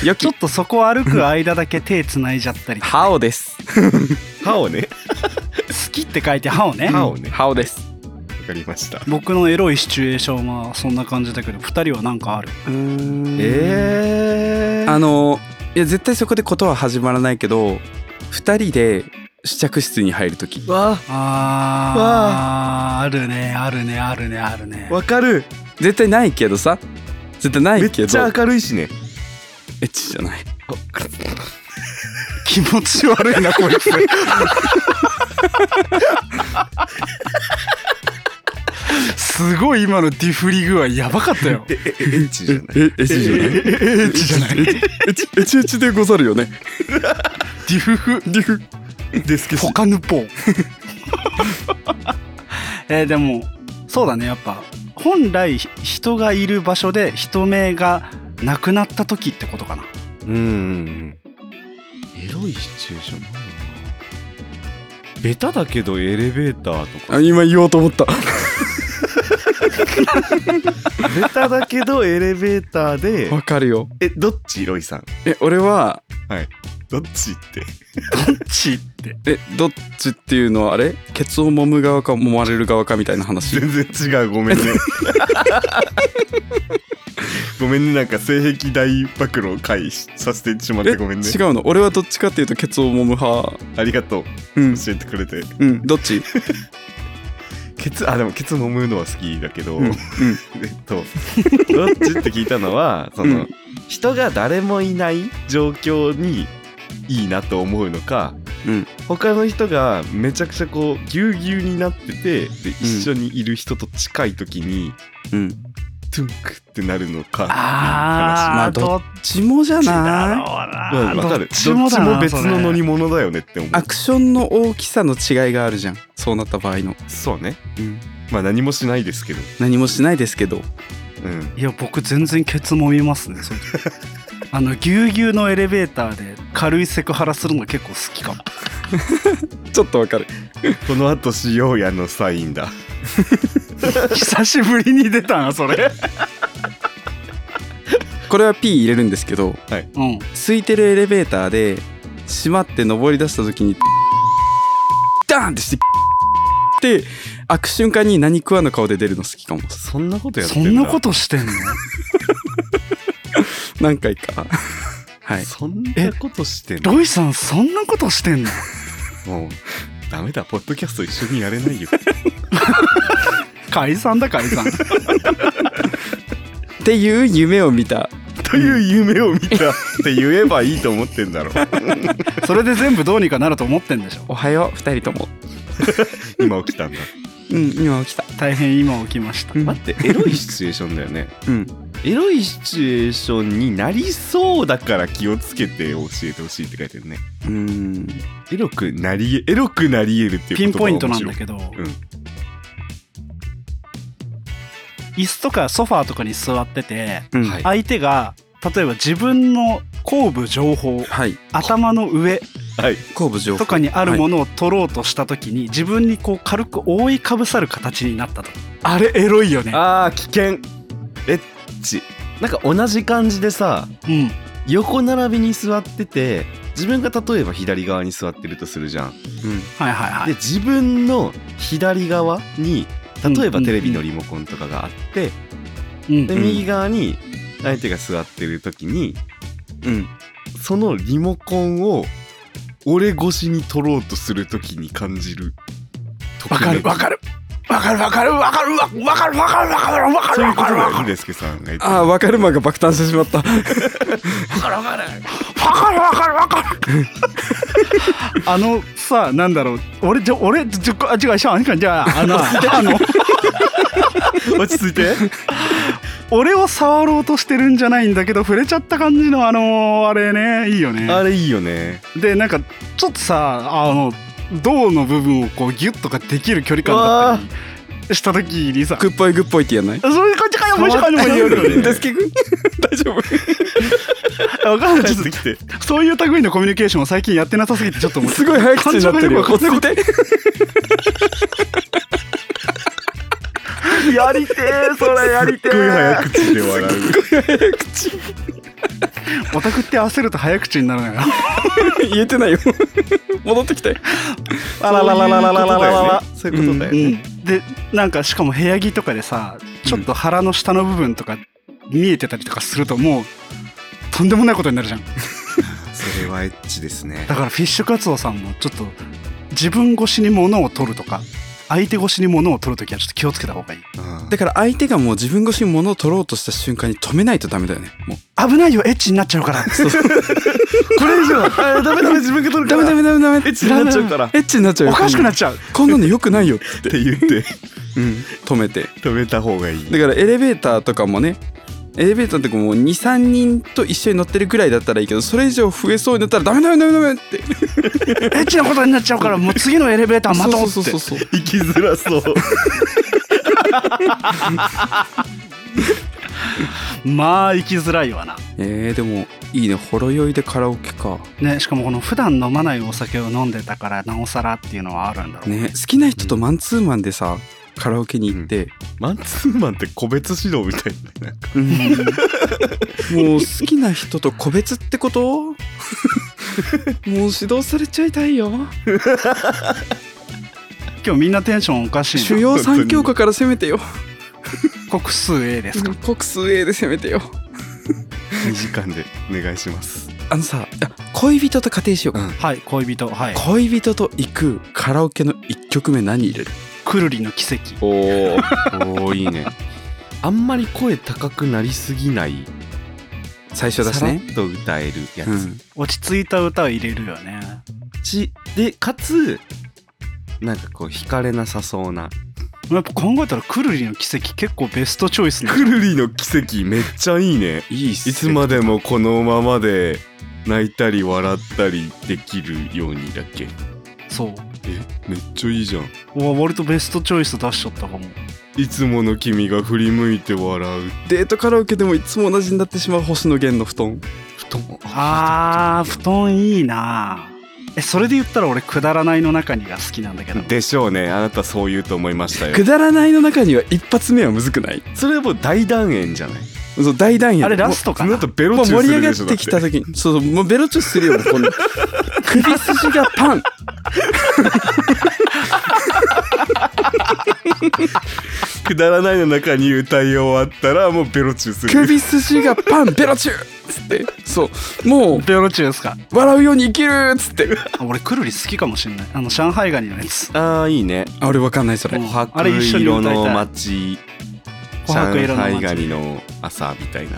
S3: よ
S1: ち
S3: き
S1: ょっとそこ歩く間だけ手繋いじゃったり好
S3: ハオです。
S2: 歯をね
S1: きって書いて歯をね
S2: 歯をねわ
S3: ハオです。
S2: かりました
S1: 僕のエロいシチュエーションはそんな感じだけど2人は何かある
S2: えー、
S3: あのいや絶対そこでことは始まらないけど、二人で試着室に入るとき、
S2: わ
S1: あーあるねあるねあるねあるね
S2: わかる
S3: 絶対ないけどさ。絶対な
S2: め
S3: い
S2: っ
S3: け
S2: ち
S3: ど。
S2: ゃ明るいしね
S3: エッチじゃない。
S1: 気持ち悪いなこいつすごい今のディフリ具合やばかったよ
S2: ええエッチじゃない
S3: えエッチじゃない。
S1: エッチじゃない
S3: エチエチエチエチでござるよね。
S1: ディフフディフ
S2: ですけど
S1: ポカヌポえーでもそうだねやっぱ本来ひ人がいる場所で人目がなくなった時ってことかな
S2: うんうんうんエロいシチュエーションなんだろうなベタだけどエレベーターと
S3: あ
S2: か
S3: 今言おうと思った。
S2: ベタだけどエレベーターで
S3: わかるよ。
S2: えどっちロイさん
S3: え俺は
S2: どっちって
S1: ちって
S3: えどっちっていうのはあれケツを揉む側か揉まれる側かみたいな話
S2: 全然違うご めんねごめんねなんか性癖大暴露を回避させてしまっ
S3: え違
S2: て
S3: う
S2: ごめんね
S3: の俺はどっちかっていうとケツを揉む派
S2: ありがとう
S3: うん
S2: 教えてくれて
S3: うんどっち
S2: ケツあでもケツ揉むのは好きだけど、
S3: うんうん
S2: えっとどっちって聞いたのはその、
S3: うん
S2: 人が誰もいない状況にいいなと思うのか、
S3: うん
S2: 他の人がめちゃくちゃこうぎゅうぎゅうになっててで一緒にいる人と近い時に、
S3: うん
S2: トゥンクってなるのか
S1: あ
S3: ま
S1: あ
S3: あど
S1: ど
S3: っ
S1: っ
S3: ちもじゃ
S1: ちだ
S3: な
S1: ろう
S2: うん
S1: な
S2: わかる。どっち
S1: どっちも
S2: も
S1: 別
S2: 別の
S1: の乗
S2: 乗
S1: り
S2: り物だよねって思う
S3: い。アクションの大きさの違いがあるじゃんそうなった場合の、
S2: そうね。
S3: うん、
S2: まあ何もしないですけど。
S3: 何もしないですけど
S2: うん。
S1: いや僕全然ケツもみますねそ れあのぎゅうぎゅうのエレベーターで軽いセクハラするの結構好きかも
S3: ちょっとわかる
S2: この後しようやのサインだ。
S1: 久しぶりに出たなそれ
S3: これは P 入れるんですけど
S1: うん
S3: 空いてるエレベーターで閉まって上り出した時にダーンってしてって開く瞬間に何食わぬ顔で出るの好きかも
S2: そんなことやって
S1: そ
S2: んだ。
S1: んなことしてんの
S3: 何回かはい
S2: そんなことしてんの
S1: ロイさんそんなことしてんの
S2: もうダメだポッドキャスト一緒にやれないよ
S1: 解散だ解散
S3: っていう夢を見た
S2: という夢を見た って言えばいいと思ってんだろ
S1: それで全部どうにかなると思ってんでしょ
S3: おはよう2人とも
S2: 今起きたんだ
S3: うん今起きた
S1: 大変今起きました、
S3: うん
S2: 待ってエロいシチュエーションだよね
S3: うん
S2: エロいシチュエーションになりそうだから気をつけて教えてほしいって書いてるね
S3: うーん
S2: エロくなりえエロくなりえるっていう
S1: ピンポイントなんだ
S2: ど
S1: けど、
S2: ん
S1: 椅子とかソファーとかに座ってて
S3: うん
S2: はい
S1: 相手が例えば自分の後部上方
S3: はい
S1: 頭の上
S2: はい
S3: 後部情
S1: と
S3: 報
S1: かにあるものを取ろうとした時に自分にこう軽く覆いかぶさる形になったとあれエロいよね
S2: あー危険エッチなんか同じ感じでさ
S1: うん
S2: 横並びに座ってて自分が例えば左側に座ってるとするじゃん
S3: うん
S1: はいはいは
S2: で
S1: い
S2: 自分の左側に例えば
S1: うんうんうん
S2: テレビのリモコンとかがあって、
S1: うん
S2: で
S3: うん
S2: 右側に相手が座ってる時に
S3: うん
S2: そのリモコンを俺越しに取ろうとする時に感じる
S1: わかるわか
S2: る
S1: るわかるわかるわかるわかるわかるわかるわか
S2: そ
S1: る
S2: うい
S1: わ
S2: うこ
S1: か
S2: と
S1: る
S2: だ
S1: わ
S2: よ
S1: か
S2: ね
S1: る
S2: デスケさんが言って
S3: ああ分かるまが爆誕してしまった
S1: あのさなんだろう俺じゃ俺じゃあ違う違う違う違うあのあの
S2: 落ち着いて
S1: 俺を触ろうとしてるんじゃないんだけど触れちゃった感じのあのあれねいいよ
S2: あ
S1: ね
S2: れいいよね
S1: でなんかちょっとさあの胴の部分をこうギュッとかできる距離感だったりした時にさ
S3: グッポイグッポイってやんない
S1: そういう感じかよもしかにもいいよ
S2: 触ったよ
S1: ね
S2: ね
S3: 大輔君大丈夫
S1: わかんない
S2: 帰
S1: ちょ
S2: っ
S1: って
S2: きて
S1: とそういう類のコミュニケーションを最近やってなさすぎてちょっともう
S3: すごい早口になってるよ
S1: 感情がよくわ
S3: 落ち着いて
S1: やりてえそれやり
S2: すっごい早口で笑
S1: オタクって焦ると早口になるのよ
S3: 言えてないよ戻ってきて
S2: あららららららららそういうことだよね
S1: でなんかしかも部屋着とかでさちょっと腹の下の部分とか見えてたりとかするともうとんでもないことになるじゃん
S2: それはエッチですね
S1: だからフィッシュカツオさんもちょっと自分越しに物を取るとか相手越しに物を取るときはちょっと気をつけた方がいい
S2: うん
S3: だから相手がもう自分越しに物を取ろうとした瞬間に止めないとダメだよねもう
S1: 危ないよエッチになっちゃうから
S2: これ以上あダメダメ自分が取るか
S3: ダ
S2: ら
S3: メダメダメダメエッ
S2: チになっちゃうから
S3: エッチになっちゃう
S1: お
S3: よ
S1: かしくなっちゃう
S3: こんなの良くないよ、
S2: って言って
S3: うん、止めて
S2: 止めた方がいい
S3: だからエレベーターとかもねエレベーターとかもう23人と一緒に乗ってるぐらいだったらいいけどそれ以上増えそうになったらダメダメダメダメって
S1: エッチなことになっちゃうからもう次のエレベーター待とうって
S3: そうそうそうそう
S2: 生きづらそう
S1: まあ生きづらいわな
S3: えー、でもいいねほろ酔いでカラオケか
S1: ねしかもこの普段飲まないお酒を飲んでたからなおさらっていうのはあるんだろうね
S3: ね好きな人とマンツーマンでさ、カラオケに行って、
S2: マンツーマンって個別指導みたいななんか
S3: うんもう好きな人と個別ってこと もう指導されちゃいたいよ
S1: 今日みんなテンションおかし
S3: 主
S1: いな
S3: 要三教科から攻めてよ
S1: 国数 A ですか
S3: 国数 A で攻めてよ
S2: 2時間でお願いします
S3: あのさいや恋人と仮定しようか、
S1: はい恋人はい
S3: 恋人と行くカラオケの1曲目何入れる
S1: くるりの奇跡
S2: おおいいねあんまり声高くなりすぎない
S3: 最初だし
S2: さらっ
S3: ね、
S2: と歌えるやつ、
S3: うん、
S1: 落ち着いた歌を入れるよね
S2: ちでかつなんかこう惹かれなさそうな
S1: やっぱ考えたらくるりの奇跡結構ベストチョイスね
S2: くるりの奇跡めっちゃいいね
S3: いいっす
S2: いつまでもこのままで泣いたり笑ったりできるようにだっけ
S1: そう
S2: えめっちゃいいじゃん
S1: うわ割とベストチョイス出しちゃったかも
S2: いつもの君が振り向いて笑う
S3: デートカラオケでもいつも同じになってしまう星野源の布団
S2: 布団
S1: あー布団いいなえそれで言ったら俺くだらないの中にが好きなんだけど
S2: でしょうねあなたそう言うと思いました
S3: く
S2: よ
S3: だらないの中には一発目はむずくない
S2: それはもう大断円じゃない
S3: そう大団円
S1: あれラストか
S2: そ
S1: な
S2: の後ベロ
S3: もう
S2: チュ
S3: 盛
S2: ーす
S3: り上
S2: る
S3: が
S2: でしょ
S3: ってきた時にそうそうもうベロチューするよもうこの首筋がパ ン
S2: くだらないの中に歌い終わったらもうベロチューする
S3: 首筋がパンベロチューつってそうもう
S1: ベロチューですか
S3: 笑うように生きるつって
S1: あ俺クルリ好きかもしんないあの上海ガニのやつ
S2: ああいいね
S3: あ俺わかんないそれ
S1: うん
S2: 琥
S1: あれ一緒
S2: 珀
S1: に
S2: 色
S1: 歌いたい
S2: の街
S1: 琥珀色の街
S2: 上海ガニの朝みたいな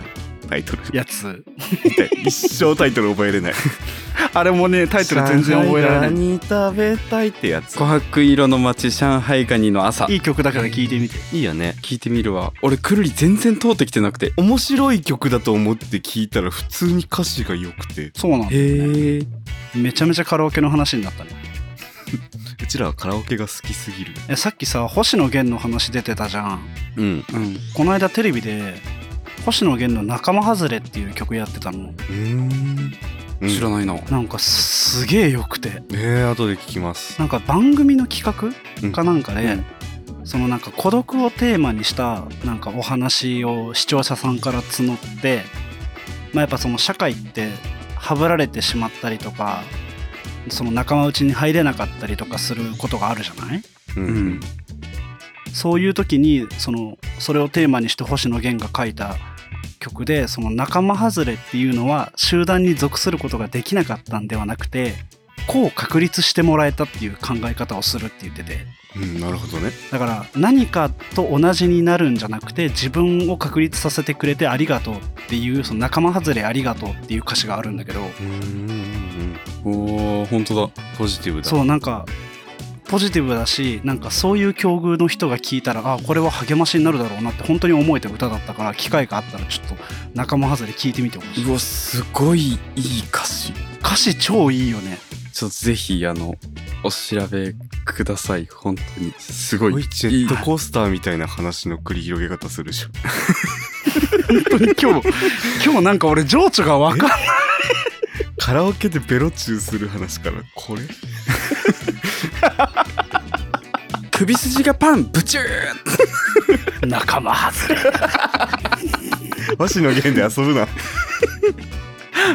S2: タイトル
S1: やつ
S2: みたい一生タイトル覚えれない
S1: あれもねタイトル全然覚えられない
S2: 上海ガニ食べたいってやつ
S3: 琥珀色の街上海ガニの朝
S1: いい曲だから聴いてみて
S2: いいよね
S3: 聞いてみるわ俺くるり全然通ってきてなくて
S2: 面白い曲だと思って聞いたら普通に歌詞が良くて
S1: そうなんだよね
S3: へえ
S1: めちゃめちゃカラオケの話になったね
S2: うちらはカラオケが好きすぎる
S1: えさっきさ星野源の話出てたじゃん
S2: うん
S3: うん
S1: この間テレビで星野源の「仲間外れ」っていう曲やってたの
S2: うん
S3: 知らないな
S1: なんかすげえよくて
S2: えー、後で聞きます
S1: なんか番組の企
S2: う
S1: 画
S2: ん
S1: かなんかで、そのなんか孤独をテーマにしたなんかお話を視聴者さんから募って、まあ、やっぱその社会ってはぶられてしまったりとかその仲間内に入れなかったりとかすることがあるじゃない
S2: うん
S3: うん
S1: そういう時にそのそれをテーマにして星野源が書いた曲でその仲間外れっていうのは集団に属することができなかったんではなくてこう確立してもらえたっていう考え方をするって言ってて
S2: うんなるほどね
S1: だから何かと同じになるんじゃなくて自分を確立させてくれてありがとうっていうその仲間外れありがとうっていう歌詞があるんだけど
S2: うん
S3: おお本当だ
S2: ポジティブだ
S1: そうなんかポジティブだしなんかそういう境遇の人が聞いたらあこれは励ましになるだろうなって本当に思えた歌だったから機会があったらちょっと仲間外れ聞いてみてほしいう
S3: わすごいいい歌詞
S1: 歌詞超いいよね
S3: ちょっとぜひあのお調べください本当にすご
S2: すご
S3: い
S2: いジェットコースターみたいな話の繰り広げ方するでしょ
S1: 今日今日なんか俺情緒が分かんない
S2: カラオケでベロチューする話からこれ
S3: 首筋がパンブチュー
S1: 仲間外れ
S2: 星野源で遊ぶな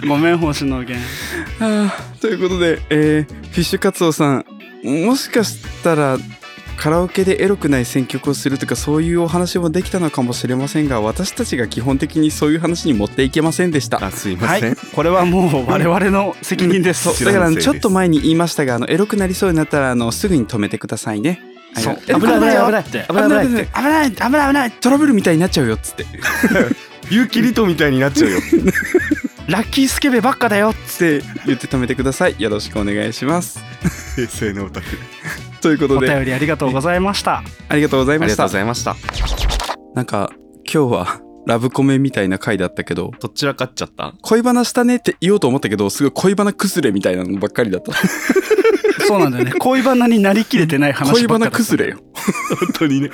S1: ごめん星野源
S3: あーということで、えーフィッシュカツオさんもしかしたらカラオケでエロくない選曲をするとかそういうお話もできたのかもしれませんが私たちが基本的にそういう話に持っていけませんでした
S2: あすいま
S1: は
S2: せん、
S1: いこれはもう我々の責任です
S3: そう
S2: 知
S3: だ
S2: らん
S3: からあの
S2: せい
S3: ち
S2: で
S3: ょ
S2: す
S3: っと前に言いましたがあのエロくなりそうになったらあのすぐに止めてくださいねはい
S1: そう
S3: エロく
S1: 危ない危ない
S3: 危
S1: 危
S3: ない
S1: ないって
S3: 危ない危ない危ない危ない危ないトラブルみたいになっちゃうよっつって
S2: 有機リトみたいになっちゃうよ
S1: ラッキースケベばっかだよ
S3: つって言って止めてくださいよろしくお願いします
S2: 平成のオタク
S3: ということ
S1: お
S3: で
S1: 便りありがとうございました
S3: ありがとうございました
S2: いました
S3: なんか今日はラブコメみたいな回だったけど
S2: どちらかっちゃった
S3: 恋バナしたねって言おうと思ったけどすごい恋バナ崩れみたいなのばっかりだった
S1: そうなんだよね恋バナになりきれてない話ばっか
S3: 恋
S1: り
S3: バナ崩れよ
S2: 本当にね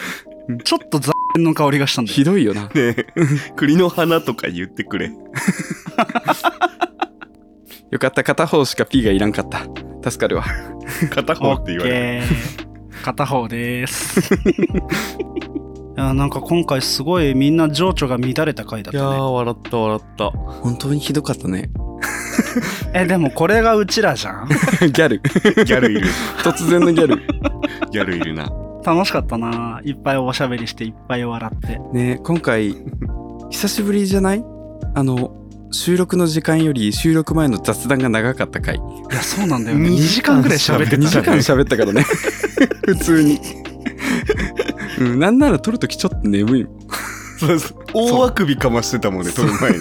S1: ちょっと残念の香りがしたんだよ
S3: ひどいよな
S2: ねえ栗の花とか言ってくれ
S3: よかった片方しか P がいらんかった助かるわ
S2: 片方って言われる
S1: オッケー片方です。い やなんか今回すごいみんな情緒が乱れた回だっ
S2: いやー
S1: たね。
S2: 笑った笑った
S3: 本当にひどかったね
S1: えでもこれがうちらじゃん。
S3: ギャル
S2: ギャルいる
S3: 突然のギャル
S2: ギャルいるな
S1: 楽しかったな。いっぱいおしゃべりしていっぱい笑って。
S3: ね今回久しぶりじゃないあの収録の時間より収録前の雑談が長か った回
S1: いやそうなんだよね。2
S2: 二
S1: 時間ぐらい喋ってた、ね。
S3: 2時間喋ったからね 普通に、 うん、なんなら撮るときちょっと眠いもん
S2: そうそう大あくびかましてたもんね撮る前に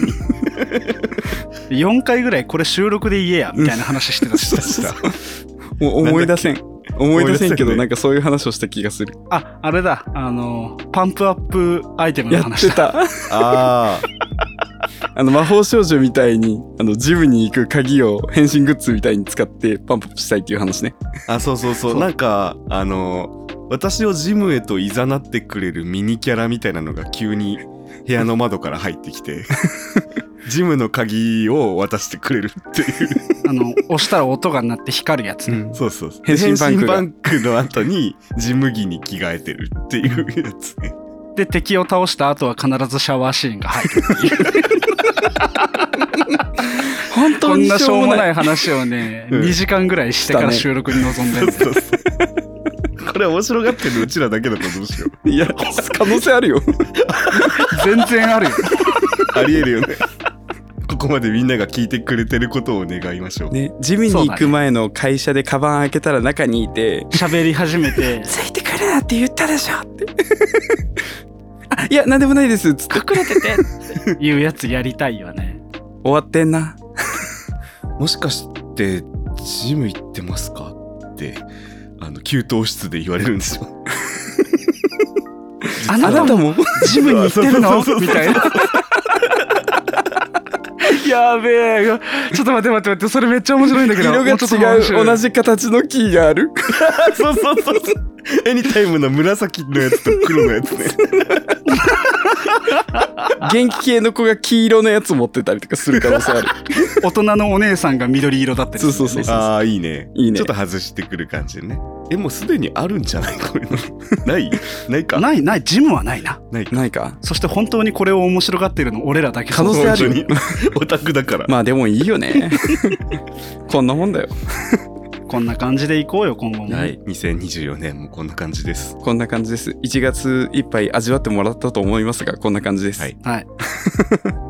S1: 4回ぐらいこれ収録で言えやみたいな話してたし。
S3: もう思い出せん思い出せんけど
S2: 思い出せんね
S3: なんかそういう話をした気がする
S1: ああれだあのパンプアップアイテムの
S3: やっ
S1: 話
S3: て
S1: だ。
S3: た
S2: ああ
S3: あの魔法少女みたいにあのジムに行く鍵を変身グッズみたいに使ってパンプアップしたいっていう話ね
S2: あそうそうそうなんかあの私をジムへと誘ってくれるミニキャラみたいなのが急に部屋の窓から入ってき てジムの鍵を渡してくれるっていう
S1: あの押したら音が鳴って光るやつ。
S2: そうそうそう
S3: 変身バンクが
S2: 変身バンクの後にジム着に着替えてるっていうやつね
S1: で敵を倒した後は必ずシャワーシーンが入るっていう。
S3: 本当
S1: こん
S3: に
S1: なし
S3: し
S1: ょ
S3: ょ
S1: う
S3: う
S1: も
S3: もない
S1: ない話をね、
S2: うん
S1: 2時間ぐらいしてから収録に臨んでる、
S2: そうそうこれ面白がってるうちらだけだとどうしよう。
S3: いや可能性あるよ
S4: 全然あるよ。
S2: ありえるよね。ここまでみんなが聞いてくれてることを願いましょう。
S3: ねジムに行く前の会社でカバン開けたら中にいて
S4: 喋り始めて
S3: 「ついてくるなって言ったでしょ」ってあ いや何でもないです」つって
S4: 隠れててっていうやつやりたいよね。
S3: 「終わってんな
S2: もしかして、ジム行ってますかって、あの、給湯室で言われるんですよ。
S4: あ
S3: あ
S4: な
S3: な
S4: た
S3: たも
S4: ジムに行ってるの
S2: そうそうそうそう
S4: みたいな。やべえ。ちょっと待って待って待って、それめっちゃ面白いんだけど。も
S3: 色
S4: うちょっと面
S3: が違
S4: 白
S3: う
S4: い
S3: 同。じ形のキーがある」
S2: そうそうそうそう。エニタイムの紫のやつと黒のやつね。
S3: 元気系の子が黄色のやつ持ってたりとかする可能性ある
S1: 大人のお姉さんが緑色だったりするんだよね、
S3: そうそうそう
S2: ああ、いいね。
S3: いいね
S2: ちょっと外してくる感じでね。え、もうすでにあるんじゃないこういうの。ないないか。
S1: ないないジムはないな
S2: ないか。
S3: ないか
S1: そして本当にこれを面白がってるの俺らだけ
S3: 可能性あるよ
S2: 本当にオタクだから。
S3: まあでもいいよ ねこんなもんだよ
S1: こんな感じでいこうよ今後も、
S2: はい。2024年もこんな感じです。
S3: こんな感じです1月いっぱい味わってもらったと思いますがこんな感じです、
S2: はい
S1: はい、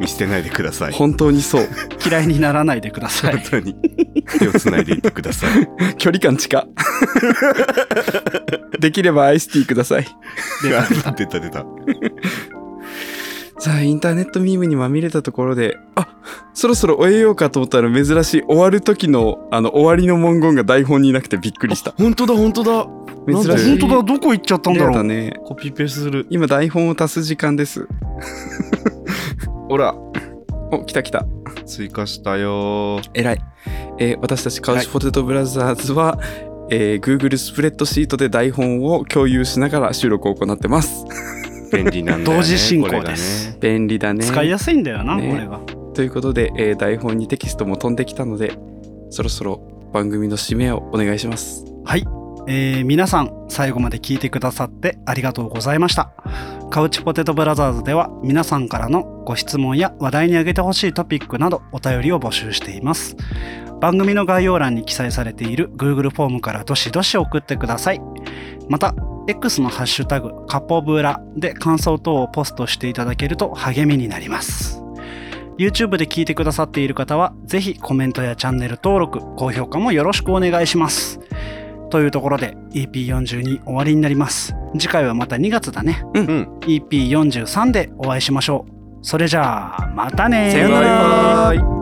S2: 見捨てないでください。
S3: 本当にそう
S1: 嫌いにならないでくだ さ
S2: 本
S1: い
S2: 当に。手をつないでいってください。
S3: 距離感近 できればアイスティーください
S1: では
S2: あ 出た出た。
S3: さあインターネットミームにまみれたところであそろそろ終えようかと思ったら珍しい終わる時のあの終わりの文言が台本になくてびっくりした
S2: 本当だ本当だ。
S3: 珍し
S2: なん
S3: い
S1: 本当だどこ行っちゃったんだ
S3: レア
S1: ろ
S3: だ
S1: う
S3: ね
S2: コピペする。
S3: 今台本を足す時間ですほらお来た来た
S2: 追加したよー。
S3: 偉い、えー私たちカウチポテトブラザーズは、えー Google スプレッドシートで台本を共有しながら収録を行ってます
S2: 便利なんだよね。
S1: 同時進行です
S2: こ
S3: 便利だね
S1: 使いやすいんだよな、
S3: ね
S1: これが
S3: ということで、えー台本にテキストも飛んできたのでそろそろ番組の締めをお願いします
S1: はい、えー皆さん最後まで聞いてくださってありがとうございましたカウチポテトブラザーズでは皆さんからのご質問や話題に挙げてほしいトピックなどお便りを募集しています番組の概要欄に記載されている Google フォームからどしどし送ってくださいまた X のハッシュタグカポブラで感想等をポストしていただけると励みになります YouTube で聞いてくださっている方はぜひコメントやチャンネル登録高評価もよろしくお願いしますというところで EP42 終わりになります次回はまた2月だね
S2: れがねうん。
S1: EP43 でお会いしましょうそれじゃあまたね
S3: さようなら
S2: バイバイ